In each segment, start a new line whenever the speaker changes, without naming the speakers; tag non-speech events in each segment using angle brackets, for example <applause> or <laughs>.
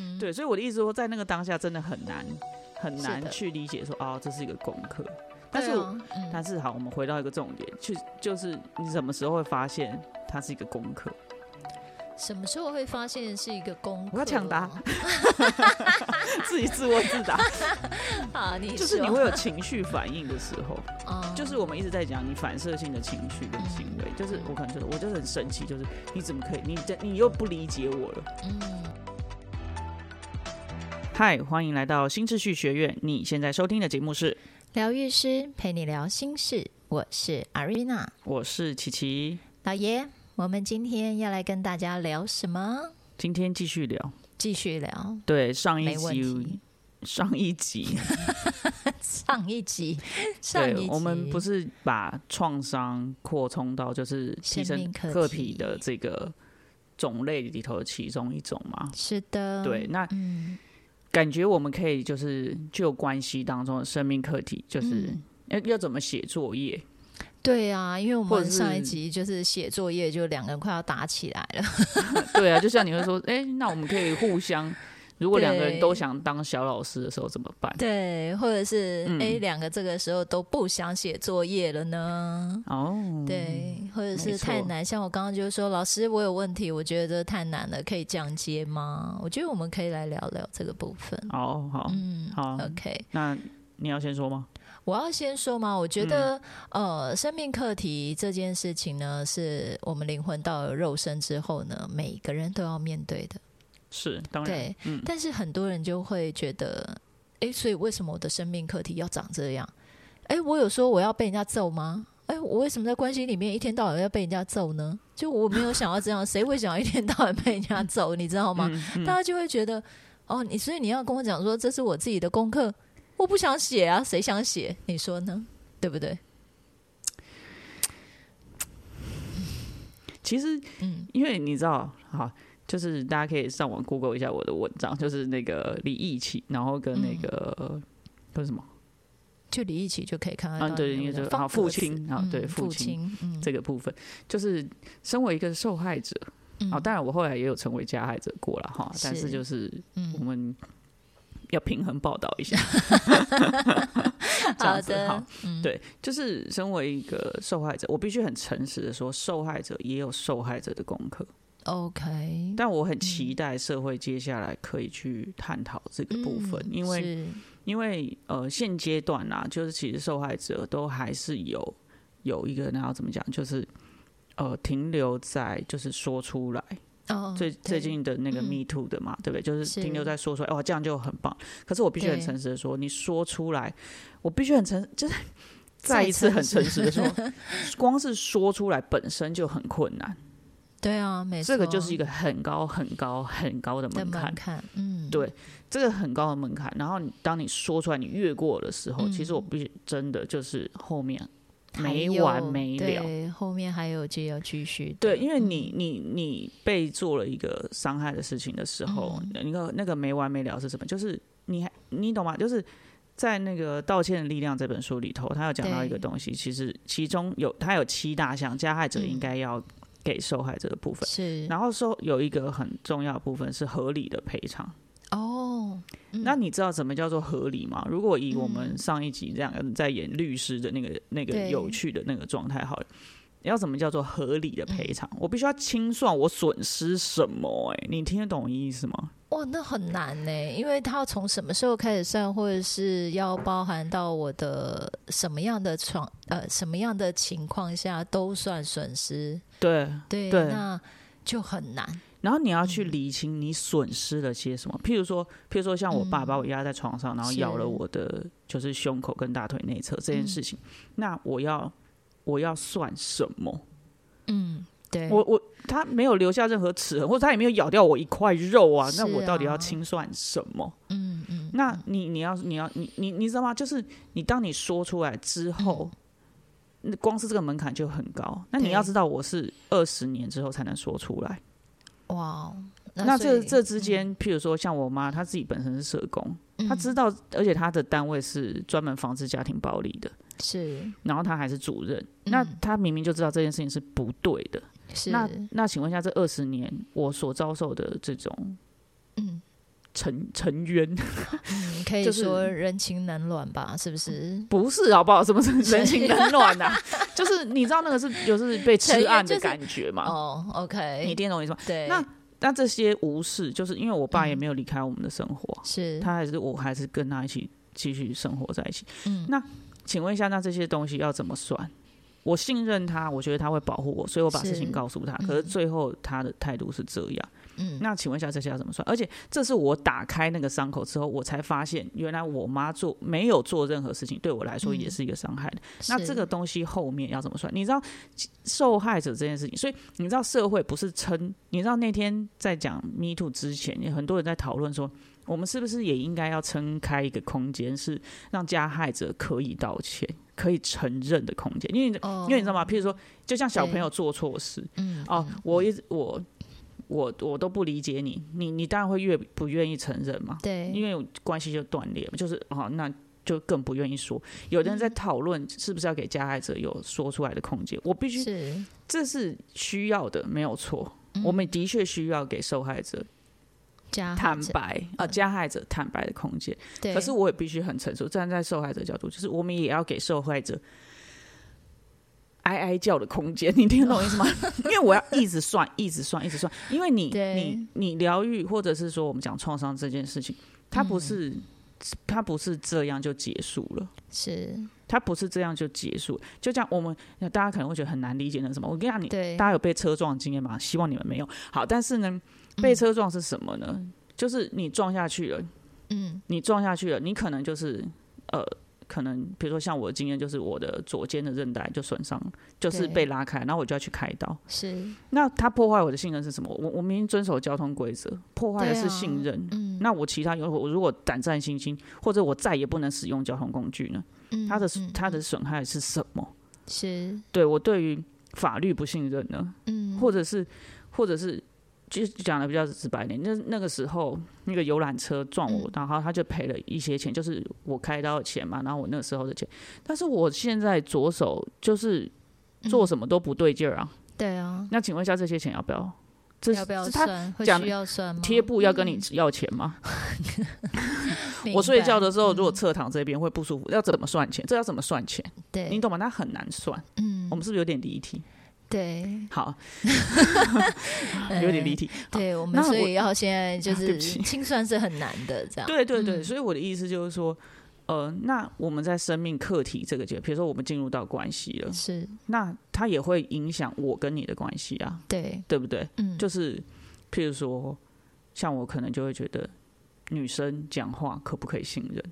嗯，
对，所以我的意思说，在那个当下真的很难很
是
难
的
去理解说啊，这是一个功课。但
对
是我，
啊，嗯
但是好，我们回到一个重点，去就是你什么时候会发现它是一个功课？ <laughs>
什么时候会发现是一个功课？哦
我要抢答自己自问自答，
<laughs> 啊！ <laughs> 你
就是你
说
会有情绪反应的时候，
啊
就是我们一直在讲你反射性的情绪跟行为，就是我可能觉得我就是很生气，就是你怎么可以，你这你又不理解我了。
嗯，
嗨，欢迎来到新秩序学院，你现在收听的节目是，
疗愈师陪你聊心事，我是 Arena
我是琪琪，
老爷。我们今天要来跟大家聊什么？
今天继续聊，
继续聊
对上一
没问
集
题。
上一集，
上一 <laughs> 集， <laughs> 上一
对
集
我们不是把创伤扩充到就是提
生
升
命课
课
题
题的这个种类里头的其中一种吗？
是的，
对，，那
嗯，
感觉我们可以就是就关系当中的生命课题，就是
嗯
要要怎么写作业， <laughs>
对啊，因为我
或者
们
是
上一集就是写作业，就两个人快要打起来了，
对啊，就像你会说，哎、那我们可以互相，如果两个人
对
都想当小老师的时候怎么办？
对，或者是
嗯
哎，两、个这个时候都不想写作业了呢，
哦，
对，或者
没
是
错
太难，像我刚刚就说，老师我有问题，我觉得太难了，可以降阶吗？我觉得我们可以来聊聊这个部分。
哦，好，
嗯
好
，OK，
那你要先说吗？
我要先说嘛，我觉
嗯
得、呃，生命课题这件事情呢，是我们灵魂到了肉身之后呢，每个人都要面对的。
是，当然，
对，
嗯
但是很多人就会觉得，诶，所以为什么我的生命课题要长这样？诶，我有说我要被人家揍吗？诶，我为什么在关系里面一天到晚要被人家揍呢？就我没有想要
<laughs>
这样，谁会想要一天到晚被人家揍？你知道吗？
嗯嗯
大家就会觉得，哦，你所以你要跟我讲说这是我自己的功课，我不想写啊，谁想写？你说呢？对不对？
其实
嗯，
因为你知道，好，就是大家可以上网 Google 一下我的文
嗯
章，就是那个李义奇，然后跟那个跟什么
就离一起就可以看得到
啊，
你的
对，
文章。
你就
方
好
格
父
子
亲啊
嗯，
对
父
父亲
亲，嗯，
这个部分，就是身为一个受害者啊，
嗯
当然我后来也有成为加害者过了哈，但是
是
就是我
嗯，
们要平衡报道一
<laughs>
下，这
好
样子
的嗯
好，，对，就是身为一个受害者，我必须很诚实的说，受害者也有受害者的功课，
OK，
但我很期待社会接下来可以去探讨这个部分，
嗯
因为
是
因为呃现阶段啊，就是其实受害者都还是有有一个那要怎么讲，就是呃停留在就是说出来，
哦，
最最
对
近的那个
嗯
Me Too 的嘛，对不对？就是
是
停留在说出来，哇，哦这样就很棒。可是我必须很
对
诚实的说，你说出来，我必须很诚，就是再
再
一次
诚
很
实
诚实的说，
<laughs>
光是说出来本身就很困难，
对啊，没错，
这个就是一个很高、很高、很高的
的
门槛
门。槛，嗯，
对这个很高的门槛，然后你当你说出来，你越过的时候，其实我必须真的就是后面
嗯还
没
有
完没了。
对，后面还有就要继续的，嗯
对，因为你你你被做了一个伤害的事情的时候，
嗯
那个那个没完没了是什么？就是你还你懂吗？就是在那个《道歉的力量》这本书里头，他有讲到一个
对
东西，其实其中有他有七大项，加害者
嗯
应该要给受害者的部分，
是
然后说有一个很重要的部分是合理的赔偿。
哦，
那你知道什么叫做合理吗？如果以我们上一集这样呃在演律师的那个那个
对
有趣的那个状态好了，要怎么叫做合理的赔偿？我必须要清算我损失什么、哎，你听得懂我意思吗？
哇，那很难呢，因为他要从什么时候开始算，或者是要包含到我的什么样的床呃什么样的情况下都算损失，
对。
对，
对
那就很难，
然后你要
嗯
去厘清你损失了些什么，譬如说，譬如说像我爸
嗯
把我压在床上，然后咬
是
了我的就是胸口跟大腿内侧这件
嗯
事情，那我要我要算什么？
嗯，对，
我我他没有留下任何齿痕，或者他也没有咬掉我一块肉啊，那
是
我到底要
啊
清算什么？
嗯嗯，
那你你要你要你你你知道吗？就是你当你说出来之后，那光是这个门槛就很高。那你
嗯对
要知道，我是二十年之后才能说出来。
哇哦，
那
所
这
以
这之间，譬如说像我妈，她自己本身是社工，
嗯
她知道，而且她的单位是专门防治家庭暴力的，
是
然后她还是主任，那
嗯
她明明就知道这件事情是不对的，
是
那那请问一下，这二十年我所遭受的这种
嗯
沉沉冤，
你嗯可以
就是
说人情冷暖吧，是不是？
不是好不好？什
<laughs>
么是人情冷暖啊？就是你知道那个是就是被
沉
吃
冤
案
就
的
是
感觉嘛？
哦
你一
，OK，
定懂我意思吗？
对，
那那这些无视，就是因为我爸也
嗯
没有离开我们的生活啊，
是
他还是我还是跟他一起继续生活在一起。
嗯
那请问一下，那这些东西要怎么算？我信任他，我觉得他会保护我，所以我把
是
事情告诉他。
嗯
可是最后他的态度是这样，
嗯，
那请问一下，这些要怎么算？而且这是我打开那个伤口之后，我才发现原来我妈做没有做任何事情，对我来说
嗯
也是一个伤害的。那
是
这个东西后面要怎么算？你知道受害者这件事情，所以你知道社会不是称，你知道那天在讲 Me Too 之前，有很多人在讨论说，我们是不是也应该要撑开一个空间，是让加害者可以道歉、可以承认的空间？因为你、
哦
因为你知道吗？譬如说，就像小
对
朋友做错事，
嗯
哦，我一直我我我都不理解你，你你当然会越不愿意承认嘛。因
对，
为关系就断裂嘛，就是哦，那就更不愿意说。有的人
嗯
在讨论是不是要给加害者有说出来的空间，我必须
是
这是需要的，没有错。我们的确需要给受害者
加害
坦
者嗯
白啊、加害者坦白的空间。
对，
可是我也必须很成熟，站在受害者角度，就是我们也要给受害者哀哀叫的空间，你听懂我意思
<laughs>
吗？因为我要一直算，一直算，一直算，因为你
对
你你疗愈，或者是说我们讲创伤这件事情，它
嗯
不是、它不是这样就结束了。
是
它不是这样就结束，就这样我们大家可能会觉得很难理解那是什么。我跟你讲，你
对嗯
大家有被车撞的经验吗？希望你们没有。好，但是呢，被车撞是什么呢？就是你撞下去了，
嗯
你撞下去了，你可能就是呃，可能比如说像我的经验，就是我的左肩的韧带就损伤了，就是
对
被拉开，然后我就要去开刀。
是
那他破坏我的信任是什么？我我明明遵守交通规则，破坏的
对啊
是信任。
嗯
那我其他有我如果胆战心惊，或者我再也不能使用交通工具呢？
嗯
他的
嗯
他的损害是什么？
是
对我对于法律不信任呢？
嗯
或者是，或者是，就讲的比较直白一点，那那个时候那个游览车撞我，
嗯
然后他就赔了一些钱，就是我开刀的钱嘛，然后我那时候的钱，但是我现在左手就是
嗯
做什么都不对劲儿啊。
对啊，
那请问一下，这些钱要不要？这
要不要
这他
算？会
讲
需
的
要算吗？
贴布要跟你要钱吗？
明
我睡
白嗯
觉的时候如果侧躺这边会不舒服，要怎么算钱？这要怎么算钱？
对，
你懂吗？那很难算。
嗯
我们是不是有点离题？
对 <laughs>
好，有点离题。
对，我们
那
所
我
以要现在就
啊对
是
不起
清算是很难的，这样
对对
嗯
对，所以我的意思就是说，呃，那我们在生命课题这个阶段，比如说我们进入到关系了，
是
那它也会影响我跟你的关系啊，
对，
对不对？
嗯，
就是譬如说，像我可能就会觉得女生讲话可不可以信任？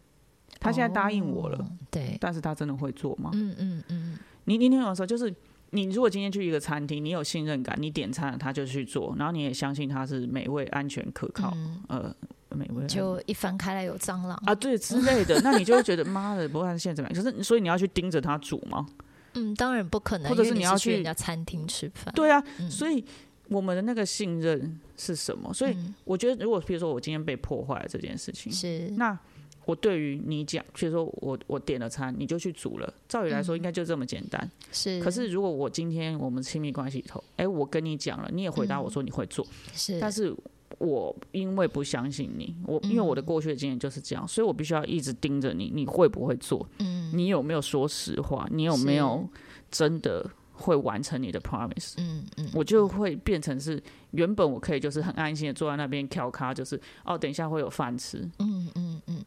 她现在答应我了，
哦，对，
但是她真的会做吗？
嗯嗯嗯，
你你听我说，就是你如果今天去一个餐厅，你有信任感，你点餐了他就去做，然后你也相信他是美味、安全、可靠，
嗯
呃，美味安全
就一翻开来有蟑螂，
啊，对之类
<laughs>
的，那你就会觉得妈的，不管现在怎么样，可是所以你要去盯着他煮吗？
嗯，当然不可能，
或者
因为
是
你
你要
去人
去
家餐厅吃饭，
对啊，
嗯，
所以我们的那个信任是什么？所以
嗯
我觉得，如果比如说我今天被破坏了这件事情，
是
那我对于你讲，比如说我我点了餐，你就去煮了，照理来
嗯
说应该就这么简单。
是，
可是如果我今天我们亲密关系里头，哎、我跟你讲了，你也回答我说你会做，
嗯是，
但是我因为不相信你，我
嗯
因为我的过去的经验就是这样，所以我必须要一直盯着你，你会不会做？嗯，你有没有说实话？你有没有真的会完成你的 promise？
嗯嗯，
我就会变成是原本我可以就是很安心的坐在那边跳咖，就是哦，等一下会有饭吃。
嗯嗯嗯，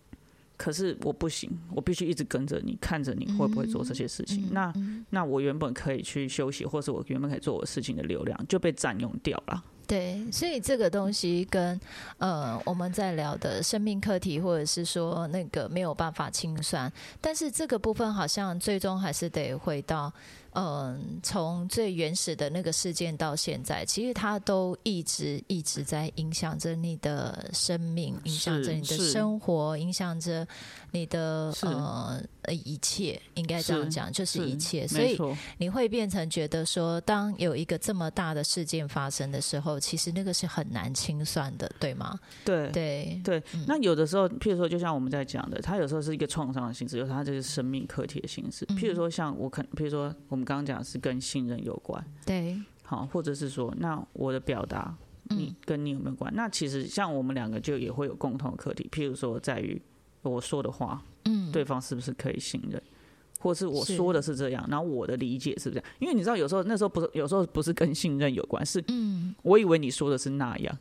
可是我不行，我必须一直跟着你，看着你会不会做这些事情。
嗯
那
嗯
那我原本可以去休息，或是我原本可以做我事情的流量就被占用掉了。
对，所以这个东西跟呃我们在聊的生命课题，或者是说那个没有办法清算，但是这个部分好像最终还是得回到嗯、从最原始的那个事件到现在，其实它都一直一直在影响着你的生命，影响着
是
你的
是
生活，影响着你的
是
呃呃一切，应该这样
是
讲，就是一切，
嗯
所
没
以。
错，
你会变成觉得说，当有一个这么大的事件发生的时候，其实那个是很难清算的，对吗？
对
对，嗯
对，那有的时候，譬如说，就像我们在讲的，它有时候是一个创伤的形式，有时候它就是生命课题的形
嗯
式。譬如说，像我可能，譬如说我们刚刚讲的是跟信任有关，
对，
好，或者是说，那我的表达，
嗯
你跟你有没有关？那其实像我们两个就也会有共同的课题，譬如说在于我说的话，
嗯，
对方是不是可以信任，或是我
是
说的是这样，然后我的理解是不是这样？因为你知道，有时候那时候不是，有时候不是跟信任有关，是
嗯
我以为你说的是那样，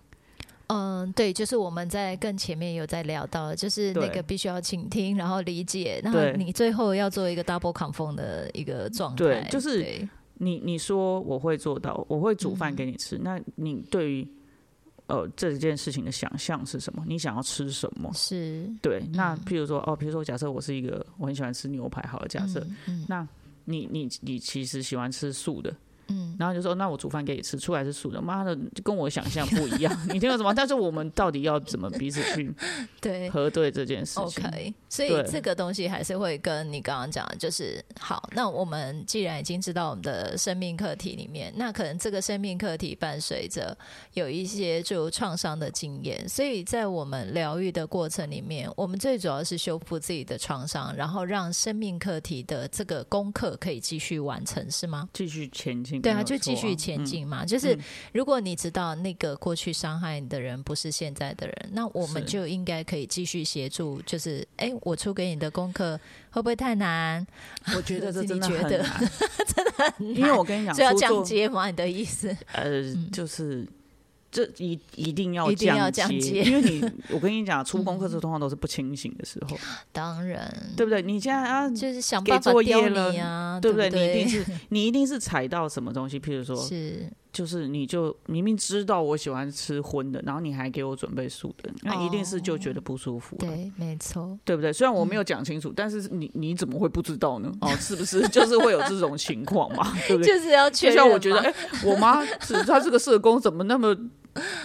嗯，对，就是我们在更前面有在聊到，就是那
对
个必须要倾听，然后理解，然后
对
你最后要做一个 double confirm 的一个状态，
对就是
对
你你说我会做到，我会煮
嗯
饭给你吃，那你对于呃这件事情的想象是什么？你想要吃什么？
是
对，那
嗯
譬如说哦，譬如说假设我是一个我很喜欢吃牛排，好了，假设、
嗯嗯
你你你其实喜欢吃素的，
嗯，
然后就说那我煮饭给你吃，出来是素的，妈的，跟我想象不一样，你听我什么？但是我们到底要怎么彼此去
<laughs> 对。
核对这件事情？
OK，所以
对
这个东西还是会跟你刚刚讲的，就是好。那我们既然已经知道我们的生命课题里面，那可能这个生命课题伴随着有一些就创伤的经验，所以在我们疗愈的过程里面，我们最主要是修复自己的创伤，然后让生命课题的这个功课可以继续完成，是吗？
继续前进，
对
没
啊，
有
就继
错
续前
嗯
进嘛。就是
嗯
如果你知道那个过去伤害你的人不是现在的人，那我们
是
就应该可以继续协助。就是，哎，我出给你的功课会不会太难？
嗯我觉得这
自己
真的
觉
很难，
得 <laughs>
因为我跟你讲，
是要
出作
降阶吗？你的意思？
呃，就是这一一定要
一定要
降
降嗯
阶
阶
因为你 <laughs> 我跟你讲，出功课的时候通常都是不清醒的时候，
嗯当然，
对不对？你现在啊，
就是想
给
办法
作业
刁
了
你啊，
对
不
不对？你一定
对？ <laughs>
是你一定是踩到什么东西，譬如说，
是
就是你就明明知道我喜欢吃荤的，然后你还给我准备素的，那一定是就觉得不舒服、啊。
哦对，嗯没错。
对不对？虽然我没有讲清楚，但是你你怎么会不知道呢？哦，是不是就是会有这种情况嘛？对不对？
就是要确
就
认
像
嘛，
我觉得，哎、我妈是她这个社工怎么那么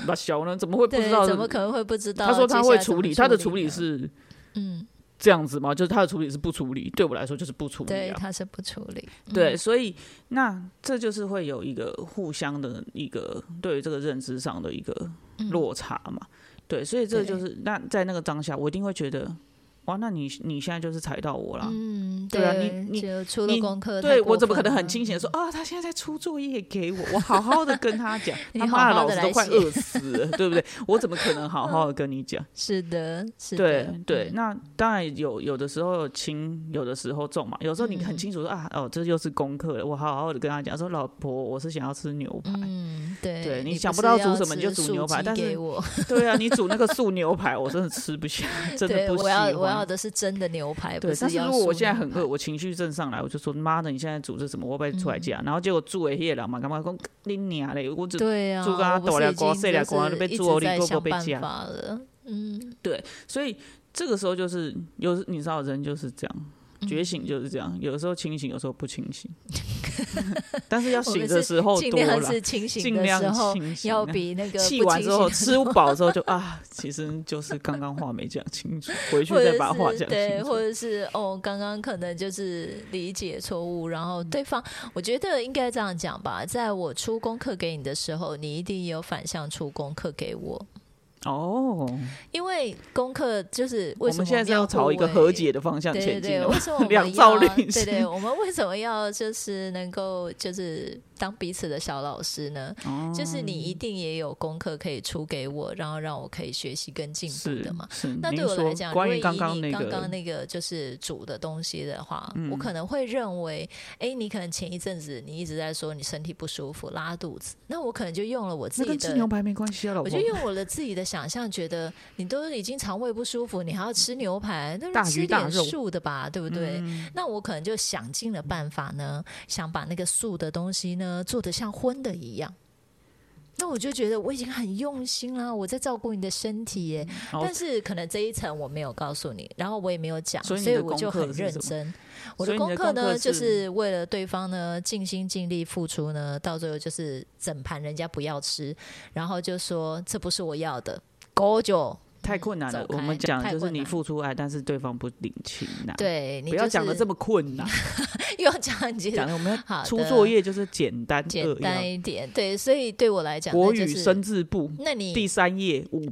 那小呢？怎么会不知道？
对，怎么可能会不知道？
她说她会处理，
理，
她的处理，是
嗯，
这样子吗？就是她的处理是不处理，对我来说就是不处理
对，
啊。
他是不处理，
对，所以那这就是会有一个互相的一个对于这个认知上的一个
嗯
落差嘛。对，所以这
对
就是那在那个当下，我一定会觉得，哇，那你你现在就是踩到我了。
嗯，
对啊你你
就出了
你
功课太过分了，，
对我怎么可能很清醒的说啊？他现在在出作业给我，我好好的跟他讲
<laughs> 你
他妈
好好
老
地
子都
来
快
写
饿死了，对不对？我怎么可能好好的跟你讲？
是的，是
对
的，
对，
嗯
那当然有有的时候轻，有的时候重嘛。有时候你
嗯
很清楚说啊，哦，这又是功课了，我好好的跟他讲说，老婆，我是想要吃牛排。
嗯，对，
对你
不
想不
是
到煮
要
什么你
吃
就煮
素
牛排
鸡
但是
给我，
对啊，你煮那个素牛排，我真的吃不下， <laughs> 真的
对，
不喜
我
欢。
要我要的是真的牛排，不
对，但是
要
如果我
素
现在
牛
很
<laughs> 排嗯
饿，，我情绪正上来，我就说妈的，你现在煮这什么？我被出来架，然后结果煮的夜了嘛，干嘛讲你娘嘞？我只
对啊，
煮到
我不
大粒瓜
是已经
小粒
就
瓜
是
都被
一
煮
直
好你
在
够不
想
被
办
吃
法了，嗯，
所以这个时候就是有时你知道人就是这样。
嗯
觉醒就是这样，有的时候清醒，有时候不清
<laughs>
醒，但是要
我
醒
们
的
是
时候
尽
多
量
了，
是清醒
尽
的
量
时候
清醒
要
啊
比那个
气
不
完
清
之后
醒
吃饱之后就啊，其实就是刚刚话没讲清楚，回去
或者
再
是
把话讲
对，
清楚
或。者是哦，刚刚可能就是理解错误，然
嗯
后对方，我觉得应该这样讲吧，在我出功课给你的时候，你一定也有反向出功课给我，
哦，
因为功课就是为
我
什么
们现在是要
要
朝一个
互为
和。解的方向
对对
前进
对，
的
为
吗，
什么我
<laughs>
们
两造
要
另
对对，
行。
我们为什么要就是能够就是当彼此的小老师呢？
哦
就是你一定也有功课可以出给我，然后让我可以学习跟进步
是
的嘛。
是，
那
嗯您
对我来
说
讲，
关
如
于
果
刚
以
刚
你
那
刚
个
刚，那个就是煮的东西的话，
嗯
我可能会认为，哎，你可能前一阵子你一直在说你身体不舒服、拉肚子，那我可能就用了我自
那
己
跟吃牛
的。
排没关系啊，老
我
婆
就。用我的自己的想象，觉得你都已经肠胃不舒服，你还要吃牛排，那
大
就吃
鱼大
点
肉
素的吧，对不对？
嗯
那我可能就想尽了办法呢，想把那个素的东西呢做得像荤的一样。那我就觉得我已经很用心啦，我在照顾你的身体耶。
哦
但是可能这一层我没有告诉你，然后我也没有讲，
所
所
以你的
我就
功课
很
是
认
什么
真。我
所以你
功
的
课
功
呢，
课
就是是为了对方呢尽心尽力付出呢，到最后就是整盘人家不要吃，然后就说这不是我要的，狗酒。
太困难了
走。
我
开
们讲
太
的就是
困
你
难
付出爱，但是对方不领情呐。，
对你、
不要讲的这
么，
么困难，
<laughs> 又要讲你
讲的我们要
好
出
的
作业就是简单
简
扼
单
要。
一点，对，所以对我来讲，
国
那就
语
是
生字部
那你
第三页五遍，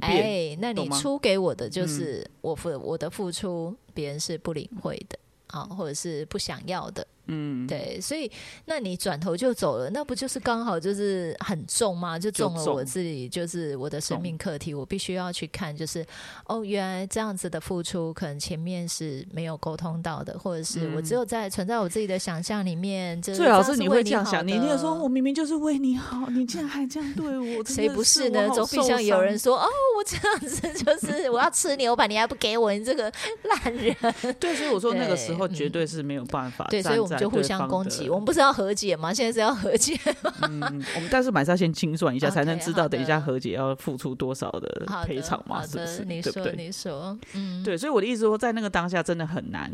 哎，那你
懂吗嗯
出给我的啊就是我付我的付出，别人是不领会的，好，或者是不想要的，嗯，对，所以那你转头就走了，那不就是刚好就是很重吗？就中了
就中
我自己，就是我的生命课题，我必须要去看，就是哦，原来这样子的付出，可能前面是没有沟通到的，或者是我只有在存在我自己的想象里面，就
嗯
是
最好
是
是
你
会这样想，
你
你一定会说，我明明就是为你好，你竟然还这样对
<laughs>
我，真
谁
的
不
是
是呢？
我好
总比
受
像有
伤
人说哦，我这样子就是我要吃牛排，你还不给我，你这个烂人。
<laughs> 对，所以我说那个时候
对嗯
绝对是没有办法站在
<laughs>
方的。
对，所以我们就互相攻
啊
击。我们不是要和解吗？现在是要和解。
嗯，我们但是买下先清
<laughs>
算一下，
OK，
才能知道等一下
好的
和解要付出多少的
好
赔
啊的，
偿嘛，
好
是不
的
是？
你
对
说，
不对？
你说，嗯，
对，所以我的意思说，在那个当下真的很难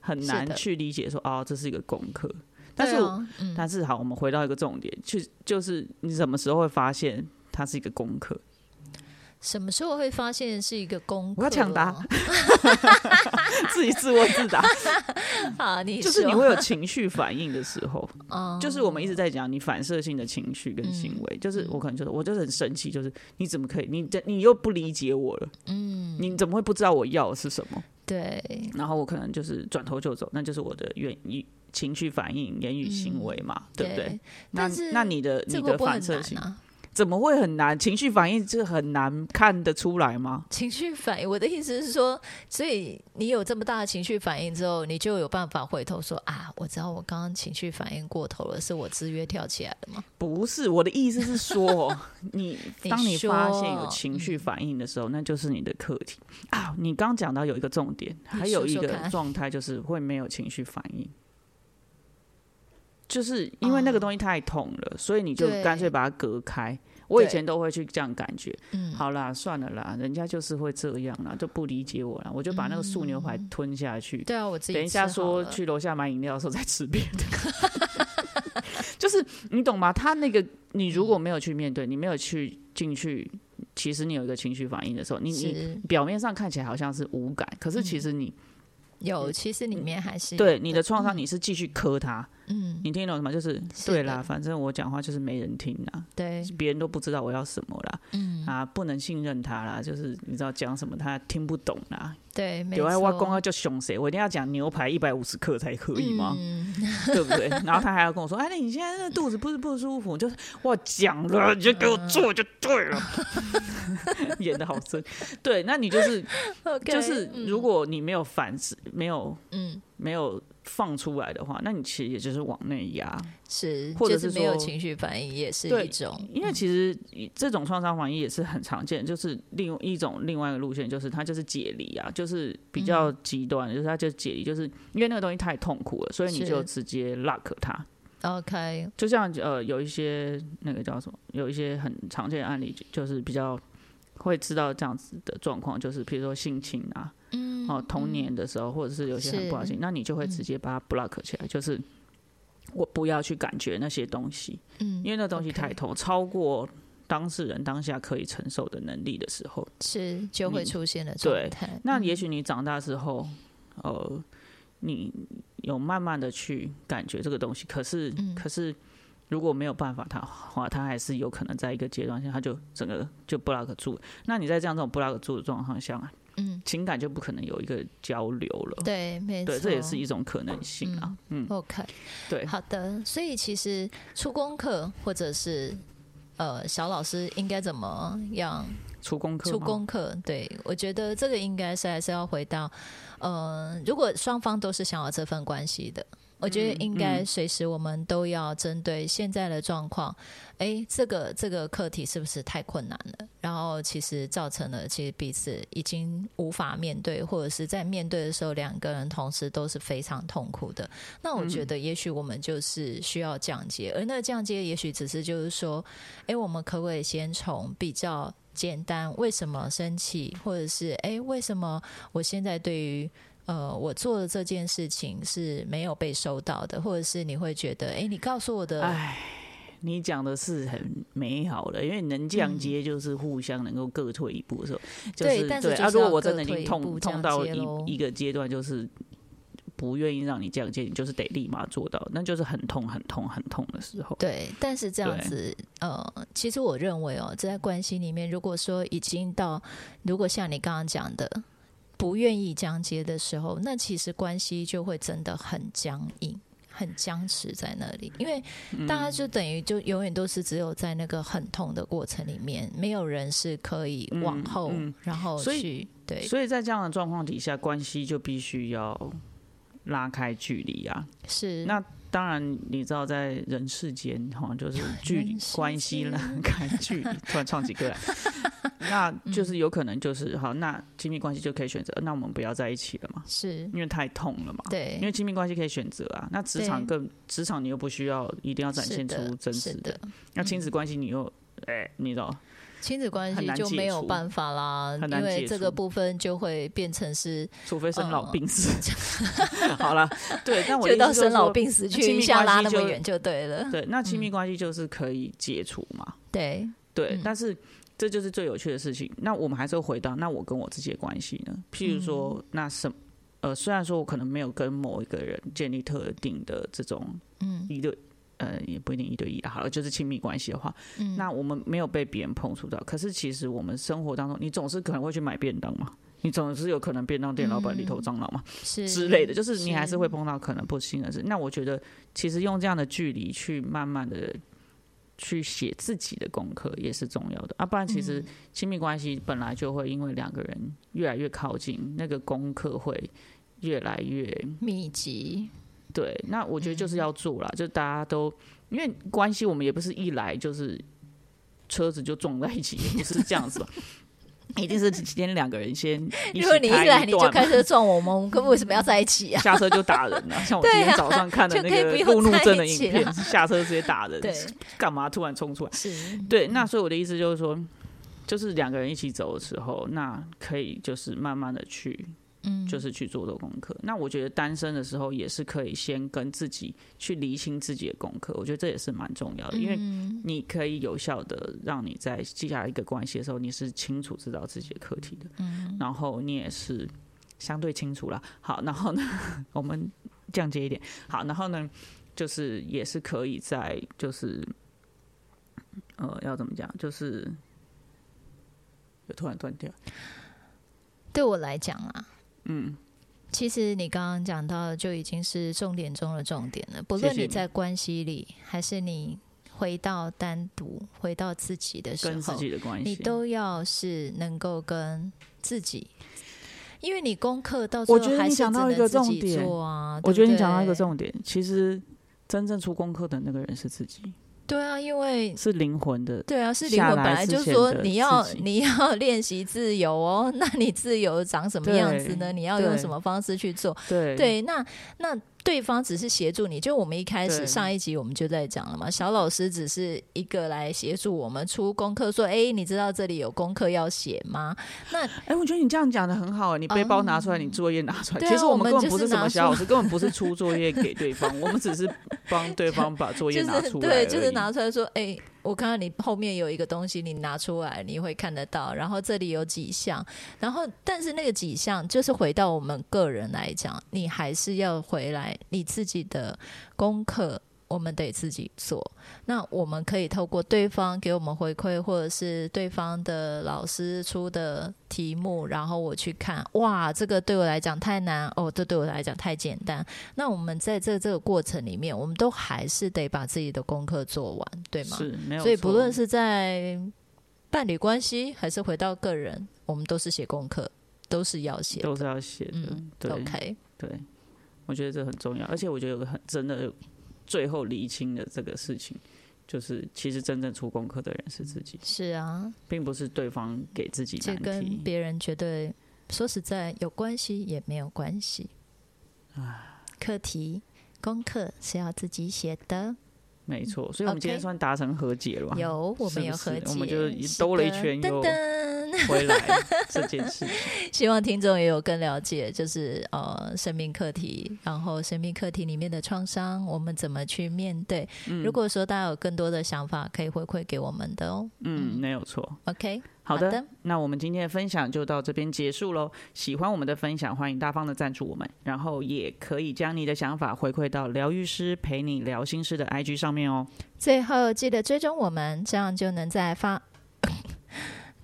很
是
难
的
去理解说，哦，这是一个功课。但是
对
我、
啊嗯，
但是好，我们回到一个重点，去就是你什么时候会发现它是一个功课？ <laughs>
什么时候会发现是一个功课？哦
我要抢答自己自问自答，
<laughs> 啊！你
就是你
说
会有情绪反应的时
<laughs>
候。
嗯
就是我们一直在讲你反射性的情绪跟行为，
嗯
就是我可能就是我就是很生气，就是你怎么可以，你这你又不理解我了，嗯，你怎么会不知道我要的是什么？
对，
然后我可能就是转头就走，那就是我的原因。情绪反应、言语行为嘛，对不对
嗯对？
那
但是
那你的你
这个
的
不会
反
很
射性
难啊。
怎么会很难？情绪反应这很难看得出来吗？
情绪反应，我的意思是说，所以你有这么大的情绪反应之后，你就有办法回头说啊，我知道我刚刚情绪反应过头了，是我制约跳起来了吗？
不是，我的意思是说， <laughs> 你
你
当你发现
说嗯
有情绪反应的时候，那就是你的课题啊。你刚讲到有一个重点，还有一
说
个
看
状态就是会没有情绪反应，就是因为
啊
那个东西太痛了，所以你就
对
干脆把它隔开。我以
对
前都会去这样感觉，
嗯，
好啦，算了啦，人家就是会这样啦，就不理解我啦，我就把那个素牛排
嗯
吞下去。
对啊，我自己
等一下
吃好
说
了
去楼下买饮料的时候再吃别的， <laughs> 就是你懂吗？他那个你如
嗯
果没有去面对，你没有去进去，其实你有一个情绪反应的时候，你你
是
表面上看起来好像是无感，可是其实你、
有，其实里面还是
嗯对你的创伤你是继续磕他，
嗯，
你听懂了吗？就是
是
对
的
啦，反正我讲话就是没人听啦，
对，
别人都不知道我要什么啦，
嗯，
啊，不能信任他啦，就是你知道讲什么他听不懂啦，
对，没
有爱
错，
挖公要叫凶谁，我一定要讲牛排一百五十克才可以吗？
嗯，
<laughs> 对不对？然后他还要跟我说：“哎，你现在那肚子不是不舒服？”就是我讲了，你就给我做就对了。 <laughs> 演的好真，对，那你就是
<laughs> OK，
就是，
嗯
如果你没有反思，没有
嗯
没有放出来的话，那你其实也就是往内压。
是，
或者
就是没有
说
情绪反应也是
对
一种，
因为其实这种创伤反应也是很常见，就是另一种另外一个路线，就是它就是解离啊，就是比较
嗯
极端，就是它就解离，就是因为那个东西太痛苦了，所以你
是
就直接 lock 它。
OK，
就像呃，有一些那个叫什么，有一些很常见的案例，就是比较会知道这样子的状况，就是比如说性侵啊，
嗯，
哦、童年的时候，或者是有些很不好
是嗯
心，那你就会直接把它 block 起来，就是我不要去感觉那些东西，
嗯，
因为那东西
OK
太痛，超过当事人当下可以承受的能力的时候，
是就会
你
出现的
嗯对
状态。
那
嗯
也许你长大之后，呃，你有慢慢的去感觉这个东西，可是、
嗯
可是如果没有办法它的话，它还是有可能在一个阶段下，它就整个就 block 住。那你在这样这种 block 住的状况下，
嗯，
情感就不可能有一个交流了。
对，没错，
对，这也是一种可能性啊。嗯，
OK。
对
好的，所以其实出功课或者是。呃，小老师应该怎么样
出功课
出
吗
功课？对我觉得这个应该是还是要回到，呃，如果双方都是想要这份关系的，我觉得应该随时我们都要针对现在的状况，诶，这个这个课题是不是太困难了？然后其实造成了其实彼此已经无法面对，或者是在面对的时候，两个人同时都是非常痛苦的。那我觉得也许我们就是需要降阶，而那个降阶也许只是就是说，诶，我们可不可以先从比较。简单，为什么生气，或者是诶，为什么我现在对于呃，我做的这件事情是没有被收到的，或者是你会觉得，哎、你告诉我的，
唉，你讲的是很美好的，因为能降阶就是互相能够各退一步的时候，就
嗯对
是
但是
对
就
啊，
是
如果
要
我真的已
各
经
退一
痛
步
痛
降
到
阶咯
一一个阶段，就是不愿意让你降阶，你就是得立马做到，那就是很痛、很痛、很痛的时候。
对，但是这样
对
子，呃，其实我认为哦，在关系里面，如果说已经到，如果像你刚刚讲的，不愿意讲接的时候，那其实关系就会真的很僵硬。很僵持在那里，因为
嗯
大家就等于就永远都是只有在那个很痛的过程里面，没有人是可以往后，
嗯嗯
然后
所以
去对，
所以在这样的状况底下，关系就必须要拉开距离啊。
是
那当然，你知道在人世间哈，就是距离
人世间
关系拉开距离，突然唱起
<laughs>
歌来，啊那就是有可能就是好，那亲密关系就可以选择，那我们不要在一起了嘛，
是，
因为太痛了嘛。
对
因，为亲密关系可以选择啊，那职场更职场你又不需要一定要展
是
现
的
出真实
是的，
那亲子关系你又哎、你知道
亲子关
很
系
难
就
解
没有
除
办法啦，
很
因
难
为
解
这个
除
部分就会变成是
除非生老病死。
<laughs>
好了，对，但我的意
哦就
思
到
就是
生老
说
病嗯死去，
亲
一
密
下
关
拉
系
那么
就
远就对了，
对，那亲密关系就是可以解除嘛，
对，
对，
嗯
但是这就是最有趣的事情。那我们还是会回到那我跟我自己的关系呢？譬如说，
嗯
那什呃，虽然说我可能没有跟某一个人建立特定的这种
嗯
一对。呃，也不一定一对一啦。好了，就是亲密关系的话，
嗯，
那我们没有被别人碰触到。可是其实我们生活当中，你总是可能会去买便当嘛，你总是有可能便当店老板里头
嗯
蟑螂嘛，
是
之类的，就是你还是会碰到可能不幸的事。那我觉得，其实用这样的距离去慢慢的去写自己的功课也是重要的啊，不然其
嗯
实亲密关系本来就会因为两个人越来越靠近，那个功课会越来越
密集，
对。那我觉得
嗯
就是要做啦，就大家都因为关系，我们也不是一来就是车子就撞在一起，也不是这样子吧。 <laughs> 一定是先两个人先一起
如果你一
开
来你就
段嘛
开车撞我们，我们根本为什么要在一起
<laughs>
啊？
下车就打人了、
<laughs>
像我今
对
天
啊
早上看的那
就可
个
以不用
路怒症的
在一
影
起
片 <laughs>
了，
下车直接打人，
对，
干嘛突然冲出来？
是，
对，那所以我的意思就是说，就是两个人一起走的时候，那可以就是慢慢的去，
嗯，
就是去做做功课。那我觉得单身的时候也是可以先跟自己去厘清自己的功课，我觉得这也是蛮重要的，呃因为
嗯
你可以有效的让你在接下来一个关系的时候，你是清楚知道自己的课题的，嗯、然后你也是相对清楚了。好，然后呢， <laughs> 我们降阶一点。好，然后呢，就是也是可以在就是呃，要怎么讲，就是有突然断掉，
对我来讲啊，
嗯，
其实你刚刚讲到的就已经是重点中的重点了。不
谢
论
谢
你
你
在关系里，还是你回到单独、回到自己的时
跟自
候，
己的关
你
系。
都要是能够跟自己，因为你功课到
我
最
觉得
后
你
还是只
讲到一
能
个
自
重
己
点
做啊。
我觉得你
对不
讲到一个
对
重点，其实真正出功课的那个人是自己，
对啊，因为
是灵魂的
对啊，是灵
下
魂本
来
来
之
就
前
说
的
你要
自己
你要练习自由哦，那你自由长什么样子呢？
对
你要用
对
什么方式去做？
对
对，那那对方只是协助你，就我们一开始
对
上一集我们就在讲了嘛，小老师只是一个来协助我们出功课，说哎、你知道这里有功课要写吗？那
哎、我觉得你这样讲的很好、你背包拿出来，你作业拿出来。
对啊
其实我
我们
们根本
就
不
是
什
拿
么
出
小老师，根本不是出作业给对方，我们只是帮对方把作业
<laughs> 就
拿
是
出来
对，
而
就是
已
拿出来说，哎、我看到你后面有一个东西，你拿出来你会看得到，然后这里有几项，然后但是那个几项就是回到我们个人来讲，你还是要回来你自己的功课。我们得自己做，那我们可以透过对方给我们回馈，或者是对方的老师出的题目，然后我去看，哇，这个对我来讲太难哦，这对我来讲太简单，那我们在这这个过程里面，我们都还是得把自己的功课做完，对吗？
是没有错。
所以不论是在伴侣关系，还是回到个人，我们都是写功课，都是要写。
都是要写的，
嗯
对、
OK，
对，我觉得这很重要。而且我觉得有个很真的，最后厘清的这个事情，就是其实真正出功课的人是自己，
是啊，
并不是对方给自己
这
难
跟
题。
别人绝对说实在有关系也没有关系。课题功课是要自己写的，
没错，所以我们今天
OK
算达成和解了吧？
有我
是
们
不
有
是
和解，
我们就是兜了一
的
圈
噔
又
噔。 <laughs>
回来这件事情。
希望听众也有更了解，就是呃生命课题，然后生命课题里面的创伤，我们怎么去面对。
嗯
如果说大家有更多的想法，可以回馈给我们的哦。
嗯，没有错。
OK，
好
的，
的，那我们今天的分享就到这边结束喽。喜欢我们的分享，欢迎大方的赞助我们，然后也可以将你的想法回馈到疗愈师陪你聊心事的 IG 上面哦。
最后记得追踪我们，这样就能在发。 <coughs>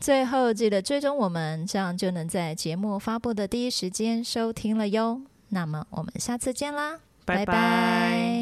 最后记得追踪我们，这样就能在节目发布的第一时间收听了哟。那么我们下次见啦，
拜
拜拜